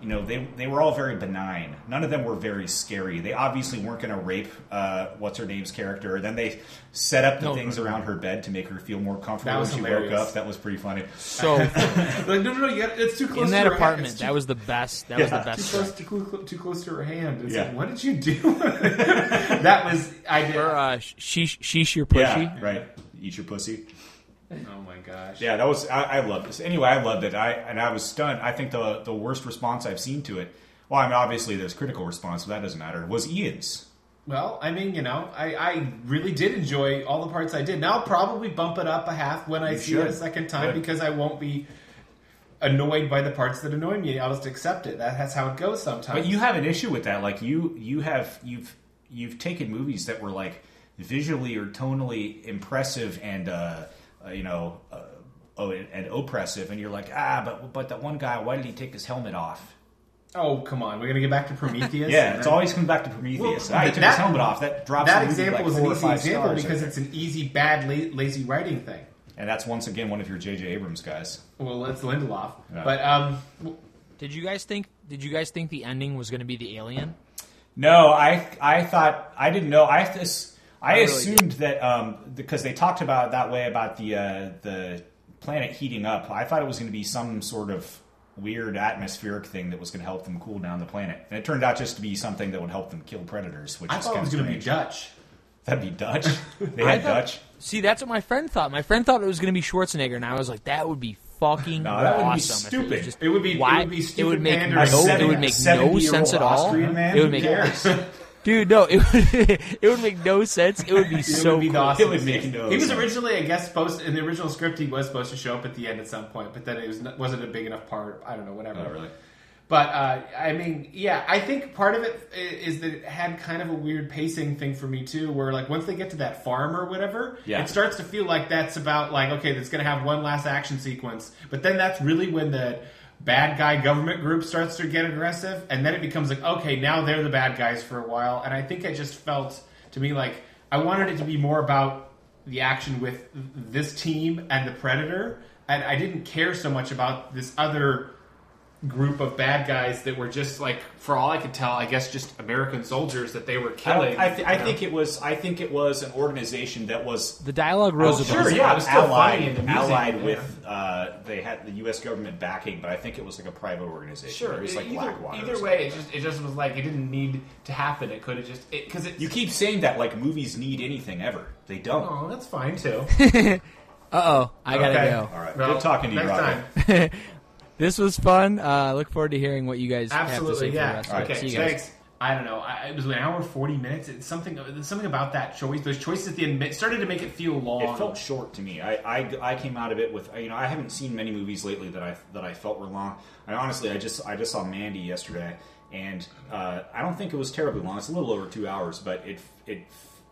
[SPEAKER 3] you know, they they were all very benign. None of them were very scary. They obviously weren't going to rape uh, what's her name's character. Then they set up the
[SPEAKER 2] No.
[SPEAKER 3] things around her bed to make her feel more comfortable
[SPEAKER 1] That
[SPEAKER 3] when
[SPEAKER 1] was
[SPEAKER 3] she
[SPEAKER 1] hilarious.
[SPEAKER 3] woke up. That was pretty funny.
[SPEAKER 2] So
[SPEAKER 1] like, no, no, no, you got, it's too close
[SPEAKER 2] in
[SPEAKER 1] to
[SPEAKER 2] that
[SPEAKER 1] her
[SPEAKER 2] apartment,
[SPEAKER 1] hand.
[SPEAKER 2] that was the best. That was
[SPEAKER 3] Yeah.
[SPEAKER 2] the
[SPEAKER 3] Too
[SPEAKER 1] It's
[SPEAKER 2] best.
[SPEAKER 1] too
[SPEAKER 2] Stuff.
[SPEAKER 1] close, too, clo- too close to her hand. It's
[SPEAKER 3] Yeah.
[SPEAKER 1] like, what did you do? (laughs) that was I did.
[SPEAKER 2] Or uh, she, she's your pushy.
[SPEAKER 3] Yeah, right. Eat your pussy.
[SPEAKER 1] oh my gosh.
[SPEAKER 3] Yeah, that was I, I loved this. Anyway, I loved it. I and I was stunned. I think the the worst response I've seen to it. Well, I mean, obviously there's critical response, but that doesn't matter. Was Ian's?
[SPEAKER 1] Well, I mean, you know, I, I really did enjoy all the parts I did. Now I'll probably bump it up a half when I
[SPEAKER 3] You
[SPEAKER 1] see it a
[SPEAKER 3] should.
[SPEAKER 1] second time
[SPEAKER 3] Good.
[SPEAKER 1] because I won't be annoyed by the parts that annoy me. I'll just accept it. That, that's how it goes sometimes.
[SPEAKER 3] But you have an issue with that. Like you you have you've you've taken movies that were like visually or tonally impressive and uh, uh you know uh, oh and, and oppressive, and you're like ah, but but that one guy, why did he take his helmet off?
[SPEAKER 1] oh, come on. We're going to get back to Prometheus?
[SPEAKER 3] Yeah,
[SPEAKER 1] And
[SPEAKER 3] it's
[SPEAKER 1] then-
[SPEAKER 3] always coming back to Prometheus.
[SPEAKER 1] Well,
[SPEAKER 3] ah, he took his
[SPEAKER 1] that-
[SPEAKER 3] helmet off. That drops
[SPEAKER 1] That
[SPEAKER 3] the movie
[SPEAKER 1] example
[SPEAKER 3] like
[SPEAKER 1] is
[SPEAKER 3] four
[SPEAKER 1] an
[SPEAKER 3] or
[SPEAKER 1] easy
[SPEAKER 3] five
[SPEAKER 1] example
[SPEAKER 3] stars, I
[SPEAKER 1] because
[SPEAKER 3] think.
[SPEAKER 1] it's an easy, bad, la- lazy writing thing.
[SPEAKER 3] and that's once again one of your J.J. Abrams guys.
[SPEAKER 1] Well, it's Lindelof.
[SPEAKER 3] Yeah.
[SPEAKER 1] But, um, w-
[SPEAKER 2] Did you guys think? Did you guys think the ending was going to be the alien?
[SPEAKER 3] No, I I thought I didn't know. I this I,
[SPEAKER 2] really
[SPEAKER 3] assumed that um because they talked about it that way about the uh, the planet heating up. I thought it was going to be some sort of weird atmospheric thing that was going to help them cool down the planet, and it turned out just to be something that would help them kill predators. Which
[SPEAKER 1] I
[SPEAKER 3] is
[SPEAKER 1] thought
[SPEAKER 3] kind
[SPEAKER 1] it was
[SPEAKER 3] of
[SPEAKER 1] going to be Dutch.
[SPEAKER 3] that'd be
[SPEAKER 1] (laughs)
[SPEAKER 3] Dutch. they
[SPEAKER 2] I
[SPEAKER 3] had
[SPEAKER 2] thought-
[SPEAKER 3] Dutch.
[SPEAKER 2] See, that's what my friend thought. My friend thought it was going to be Schwarzenegger, and I was like, that would be fucking
[SPEAKER 3] No, that would be
[SPEAKER 2] awesome. if it was
[SPEAKER 3] stupid.
[SPEAKER 2] just-
[SPEAKER 1] It would be-
[SPEAKER 2] why
[SPEAKER 1] it would be
[SPEAKER 2] it would
[SPEAKER 1] stupid
[SPEAKER 2] make
[SPEAKER 1] pandering.
[SPEAKER 2] no
[SPEAKER 1] A
[SPEAKER 2] it
[SPEAKER 1] seven-
[SPEAKER 2] would make no
[SPEAKER 3] 70-year-old
[SPEAKER 2] sense at all.
[SPEAKER 3] Austrian man?
[SPEAKER 2] It would
[SPEAKER 3] Who
[SPEAKER 2] make
[SPEAKER 3] cares?
[SPEAKER 2] (laughs) dude no it would (laughs) it would make no sense. It would be
[SPEAKER 1] It
[SPEAKER 2] so
[SPEAKER 1] would be the
[SPEAKER 2] cool.
[SPEAKER 1] awesome
[SPEAKER 3] It would make
[SPEAKER 1] scene.
[SPEAKER 3] no
[SPEAKER 1] He was
[SPEAKER 3] sense.
[SPEAKER 1] originally, I guess, supposed in the original script. He was supposed to show up at the end at some point, but then it was wasn't a big enough part. I don't know, whatever.
[SPEAKER 3] Not really.
[SPEAKER 1] But uh, I mean, yeah, I think part of it i- is that it had kind of a weird pacing thing for me too, where like once they get to that farm or whatever,
[SPEAKER 3] Yeah.
[SPEAKER 1] it starts to feel like that's about like okay, that's going to have one last action sequence, but then that's really when the bad guy government group starts to get aggressive, and then it becomes like okay, now they're the bad guys for a while, and I think it just felt to me like I wanted it to be more about the action with this team and the predator, and I didn't care so much about this other group of bad guys that were just like, for all I could tell, I guess just American soldiers that they were killing.
[SPEAKER 3] I, I, th- I think it was. I think it was an organization that was
[SPEAKER 2] The dialogue
[SPEAKER 3] Oh,
[SPEAKER 2] Roosevelt.
[SPEAKER 1] sure, yeah. it was still
[SPEAKER 3] allied,
[SPEAKER 1] funny in the music,
[SPEAKER 3] allied
[SPEAKER 1] yeah.
[SPEAKER 3] with uh, they had the U.S. government backing, but I think it was like a private organization. it was like
[SPEAKER 1] e-, either,
[SPEAKER 3] Blackwater. or
[SPEAKER 1] either
[SPEAKER 3] something.
[SPEAKER 1] way, it just it just was like it didn't need to happen. It could have just because it,
[SPEAKER 3] you keep saying that like movies need anything ever. They don't.
[SPEAKER 1] Oh, that's fine (laughs) too.
[SPEAKER 2] Uh oh, I gotta
[SPEAKER 1] Okay.
[SPEAKER 2] go.
[SPEAKER 3] All right,
[SPEAKER 1] Well,
[SPEAKER 3] good talking to you,
[SPEAKER 1] next
[SPEAKER 3] Robert.
[SPEAKER 1] time.
[SPEAKER 2] This was fun. Uh, I look forward to hearing what you guys
[SPEAKER 1] Absolutely,
[SPEAKER 2] have to say for the
[SPEAKER 1] yeah.
[SPEAKER 2] rest of it.
[SPEAKER 1] Okay,
[SPEAKER 2] See you guys.
[SPEAKER 1] thanks. I don't know. I, it was an hour forty minutes. It's something. There's something about that choice. Those choices at the end it started to make it feel long.
[SPEAKER 3] It felt short to me. I, I, I came out of it with you know I haven't seen many movies lately that I that I felt were long. I honestly I just I just saw Mandy yesterday, and uh, I don't think it was terribly long. It's a little over two hours, but it it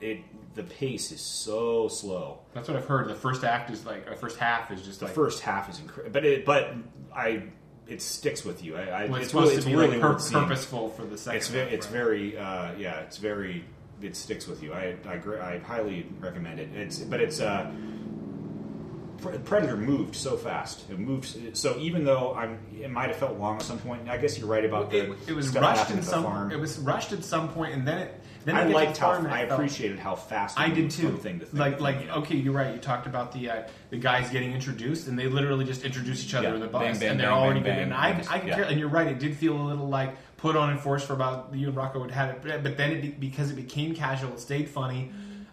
[SPEAKER 3] it the pace is so slow.
[SPEAKER 1] That's what I've heard. The first act is like, or first half is just
[SPEAKER 3] The
[SPEAKER 1] like
[SPEAKER 3] first half is incredible, but it but I it sticks with you. I, I
[SPEAKER 1] well, it's,
[SPEAKER 3] it's
[SPEAKER 1] supposed
[SPEAKER 3] really, it's
[SPEAKER 1] to be
[SPEAKER 3] really
[SPEAKER 1] like pur-
[SPEAKER 3] worth seeing.
[SPEAKER 1] purposeful for the second.
[SPEAKER 3] It's ve-
[SPEAKER 1] half,
[SPEAKER 3] it's
[SPEAKER 1] right?
[SPEAKER 3] very uh, yeah, it's very it sticks with you. I I, gr- I highly recommend it. It's but it's uh, Pre- Predator moved so fast. It moves so even though I'm it might have felt long at some point. I guess you're right about the
[SPEAKER 1] it, it was
[SPEAKER 3] stuff
[SPEAKER 1] rushed
[SPEAKER 3] happening
[SPEAKER 1] in
[SPEAKER 3] at the
[SPEAKER 1] some.
[SPEAKER 3] farm.
[SPEAKER 1] It was rushed at some point, and then it. Then
[SPEAKER 3] I
[SPEAKER 1] it gets
[SPEAKER 3] liked
[SPEAKER 1] to
[SPEAKER 3] how
[SPEAKER 1] the farm and
[SPEAKER 3] I
[SPEAKER 1] it felt-
[SPEAKER 3] appreciated how fast it
[SPEAKER 1] I did
[SPEAKER 3] moved
[SPEAKER 1] too.
[SPEAKER 3] From thing to thing
[SPEAKER 1] like,
[SPEAKER 3] to
[SPEAKER 1] like,
[SPEAKER 3] thing, you know.
[SPEAKER 1] okay, you're right. You talked about the uh, the guys getting introduced, and they literally just introduce each other
[SPEAKER 3] Yeah.
[SPEAKER 1] in the bus,
[SPEAKER 3] Bang, bang,
[SPEAKER 1] and they're
[SPEAKER 3] bang,
[SPEAKER 1] already
[SPEAKER 3] bang,
[SPEAKER 1] been. And
[SPEAKER 3] bang,
[SPEAKER 1] I,
[SPEAKER 3] bang.
[SPEAKER 1] I could
[SPEAKER 3] Yeah.
[SPEAKER 1] care- And you're right. It did feel a little like put on and forced for about you and Rocco had had it, but- but then it be, because it became casual, it stayed funny,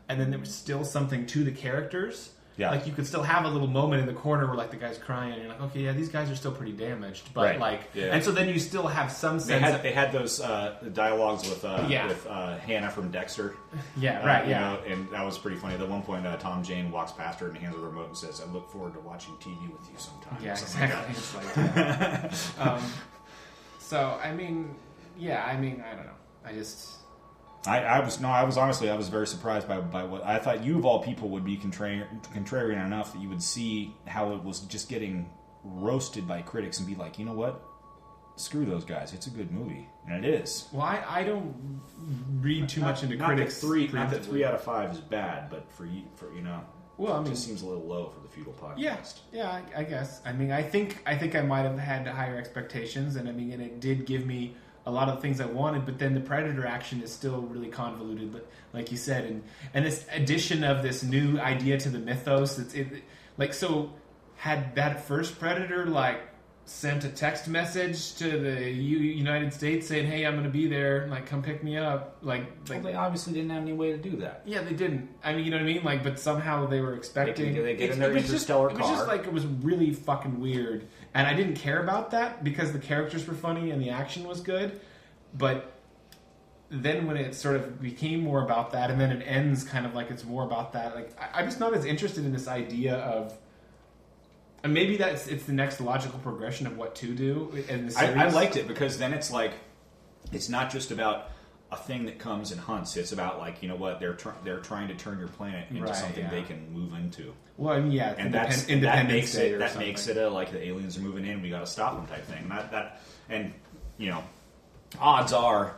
[SPEAKER 1] and then there was still something to the characters.
[SPEAKER 3] Yeah.
[SPEAKER 1] Like you could still have a little moment in the corner where like the guy's crying, and you're like, okay, yeah, these guys are still pretty damaged, but
[SPEAKER 3] Right.
[SPEAKER 1] like,
[SPEAKER 3] Yeah.
[SPEAKER 1] and so then you still have some sense.
[SPEAKER 3] They had
[SPEAKER 1] of-
[SPEAKER 3] they had those uh, dialogues with uh,
[SPEAKER 1] Yeah.
[SPEAKER 3] with uh, Hannah from Dexter,
[SPEAKER 1] yeah,
[SPEAKER 3] Uh,
[SPEAKER 1] right,
[SPEAKER 3] you
[SPEAKER 1] yeah.
[SPEAKER 3] know, and that was pretty funny. At one point, uh, Tom Jane walks past her and hands her the remote and says, "I look forward to watching TV with you sometime." or
[SPEAKER 1] Yeah,
[SPEAKER 3] something like that.
[SPEAKER 1] exactly. It's like that. (laughs) um, so I mean, yeah, I mean, I don't know. I just
[SPEAKER 3] I, I was no, I was honestly, I was very surprised by, by what I thought. You of all people would be contrarian, contrarian enough that you would see how it was just getting roasted by critics and be like, you know what, screw those guys. It's a good movie, and it is.
[SPEAKER 1] well, I, I don't read too much into critics.
[SPEAKER 3] Not that three, not that
[SPEAKER 1] preemptively.
[SPEAKER 3] three out of five is bad, but for you, for you know,
[SPEAKER 1] Well, I
[SPEAKER 4] It
[SPEAKER 1] mean,
[SPEAKER 4] just seems a little low for the feudal podcast.
[SPEAKER 1] yeah, yeah, I, I guess. I mean, I think I think I might have had higher expectations, and I mean, and it did give me a lot of the things I wanted. But then the predator action is still really convoluted, but like you said, and and this addition of this new idea to the mythos, it's it, like so. Had that first predator like sent a text message to the U- United States saying, "Hey, I'm going to be there. Like, come pick me up." Like,
[SPEAKER 4] Well,
[SPEAKER 1] like
[SPEAKER 4] they obviously didn't have any way to do that.
[SPEAKER 1] yeah, they didn't. I mean, you know what I mean? Like, but somehow they were expecting.
[SPEAKER 4] They- they get in
[SPEAKER 1] It-
[SPEAKER 4] their
[SPEAKER 1] it was just-
[SPEAKER 4] interstellar
[SPEAKER 1] It was just
[SPEAKER 4] car.
[SPEAKER 1] like it was really fucking weird, and I didn't care about that because the characters were funny and the action was good. But then when it sort of became more about that, and then it ends kind of like it's more about that. Like I, I'm just not as interested in this idea of. And maybe that's it's the next logical progression of what to do in the series.
[SPEAKER 3] I, I liked it because then it's like it's not just about a thing that comes and hunts. It's about like you know what they're tr- they're trying to turn your planet into
[SPEAKER 1] Right,
[SPEAKER 3] something
[SPEAKER 1] yeah.
[SPEAKER 3] they can move into,
[SPEAKER 1] Well, I mean, yeah, it's
[SPEAKER 3] and
[SPEAKER 1] independ-
[SPEAKER 3] that's and that
[SPEAKER 1] Independence
[SPEAKER 3] makes
[SPEAKER 1] Day
[SPEAKER 3] it
[SPEAKER 1] or
[SPEAKER 3] that
[SPEAKER 1] something.
[SPEAKER 3] makes it a like the aliens are moving in. We got to stop them type thing. And that that and you know odds are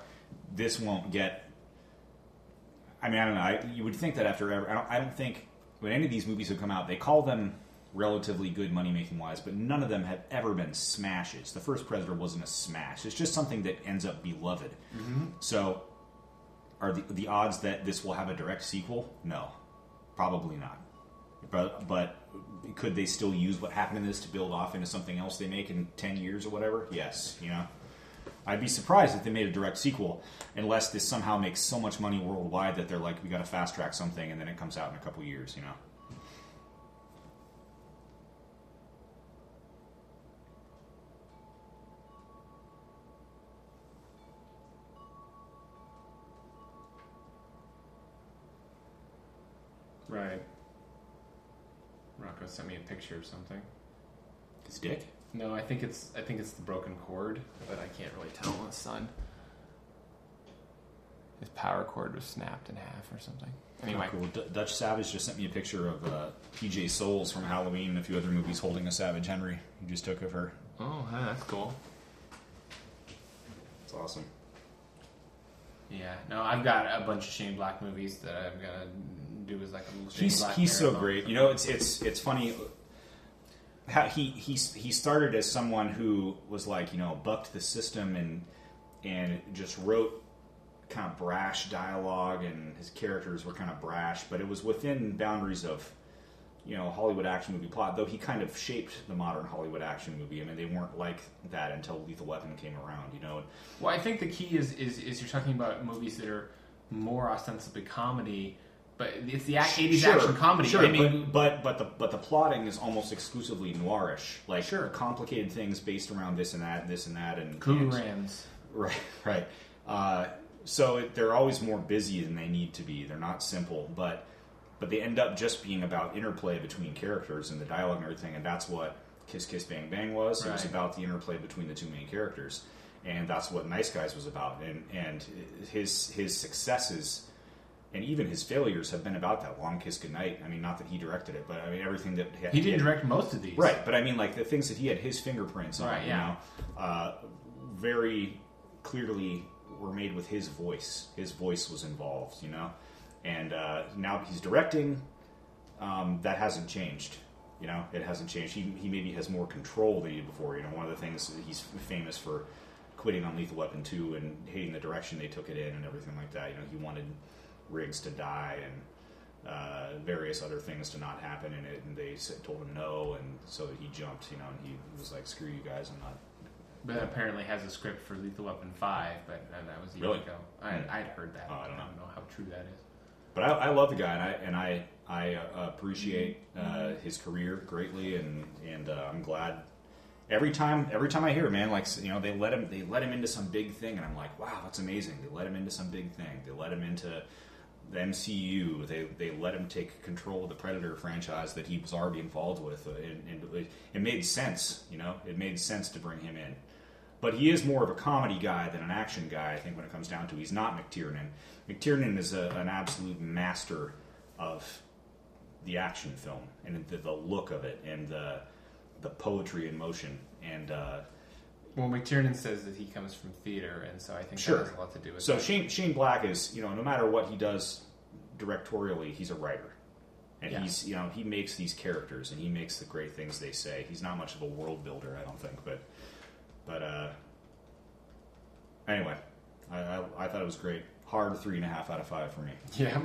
[SPEAKER 3] this won't get. I mean, I don't know. I, you would think that after ever, I don't, I don't think when any of these movies have come out, they call them relatively good money making wise, but none of them have ever been smashes. The first Predator wasn't a smash. It's just something that ends up beloved.
[SPEAKER 1] Mm-hmm.
[SPEAKER 3] So, are the, the odds that this will have a direct sequel? No, probably not. But but could they still use what happened in this to build off into something else they make in ten years or whatever? Yes, you know. I'd be surprised if they made a direct sequel, unless this somehow makes so much money worldwide that they're like, we got to fast track something, and then it comes out in a couple years, you know.
[SPEAKER 1] Right. Rocco sent me a picture of something.
[SPEAKER 3] His dick.
[SPEAKER 1] No, I think it's I think it's the broken cord, but I can't really tell on the sun. His power cord was snapped in half or something. Anyway,
[SPEAKER 3] Cool. D- Dutch Savage just sent me a picture of uh, PJ Souls from Halloween and a few other movies holding a Savage Henry. He just took of her.
[SPEAKER 1] oh, huh, that's cool.
[SPEAKER 3] It's awesome.
[SPEAKER 1] Yeah, no, I've got a bunch of Shane Black movies that I'm gonna do as like a little Shane
[SPEAKER 3] He's
[SPEAKER 1] Black.
[SPEAKER 3] he's so
[SPEAKER 1] marathon.
[SPEAKER 3] great. You know, it's it's it's funny. How he he he started as someone who was like you know bucked the system and and just wrote kind of brash dialogue and his characters were kind of brash, but it was within boundaries of you know Hollywood action movie plot. Though he kind of shaped the modern Hollywood action movie. I mean, they weren't like that until Lethal Weapon came around. You know,
[SPEAKER 1] Well, I think the key is is, is you're talking about movies that are more ostensibly comedy, but it's the ac- 80s action comedy.
[SPEAKER 3] Sure,
[SPEAKER 1] I mean,
[SPEAKER 3] but, but but the but the plotting is almost exclusively noirish. Like
[SPEAKER 1] Sure.
[SPEAKER 3] complicated things based around this and that, this and that, and
[SPEAKER 1] Cool
[SPEAKER 3] and-
[SPEAKER 1] Rands.
[SPEAKER 3] Right, (laughs) right. Uh, so it, they're always more busy than they need to be. They're not simple, but but they end up just being about interplay between characters and the dialogue and everything, and that's what Kiss Kiss Bang Bang was. It was
[SPEAKER 1] Right.
[SPEAKER 3] about the interplay between the two main characters, and that's what Nice Guys was about. And and his his successes and even his failures have been about that. Long Kiss Goodnight. I mean, not that he directed it, but I mean everything that
[SPEAKER 1] He
[SPEAKER 3] had-
[SPEAKER 1] didn't direct most of these,
[SPEAKER 3] Right, but I mean, like the things that he had his fingerprints on,
[SPEAKER 1] Right,
[SPEAKER 3] you
[SPEAKER 1] yeah.
[SPEAKER 3] know, uh, very clearly were made with his voice. His voice was involved, you know, and uh, now he's directing. Um, that hasn't changed, you know. It hasn't changed. He, he maybe has more control than he did before. You know, one of the things that he's famous for quitting on Lethal Weapon two and hating the direction they took it in and everything like that. You know, he wanted Riggs to die and uh, various other things to not happen in it, and they said, told him no, and so he jumped, you know, and he was like, "Screw you guys, I'm not."
[SPEAKER 1] But apparently has a script for Lethal Weapon Five, but uh, that was a year
[SPEAKER 3] Really?
[SPEAKER 1] ago. I, I'd heard that.
[SPEAKER 3] Oh,
[SPEAKER 1] but
[SPEAKER 3] I don't know.
[SPEAKER 1] how true that is.
[SPEAKER 3] But I, I love the guy, and I and I I uh, appreciate uh, his career greatly, and and uh, I'm glad every time every time I hear, man, like you know, they let him they let him into some big thing, and I'm like, wow, that's amazing. They let him into some big thing. They let him into the MCU. They they let him take control of the Predator franchise that he was already involved with, uh, and, and it- it made sense. You know, it made sense to bring him in. But he is more of a comedy guy than an action guy. I think when it comes down to, it. he's not McTiernan. McTiernan is a, an absolute master of the action film and the, the look of it and the the poetry in motion and. Uh,
[SPEAKER 1] Well, McTiernan says that he comes from theater, and so I think
[SPEAKER 3] Sure.
[SPEAKER 1] that has a lot to do with
[SPEAKER 3] So
[SPEAKER 1] that.
[SPEAKER 3] Shane Shane Black is you know no matter what he does directorially, he's a writer, and
[SPEAKER 1] Yeah.
[SPEAKER 3] he's you know he makes these characters and he makes the great things they say. He's not much of a world builder, I don't think, but but uh, anyway, I, I I thought it was great. Hard three and a half out of five for me.
[SPEAKER 1] Yeah.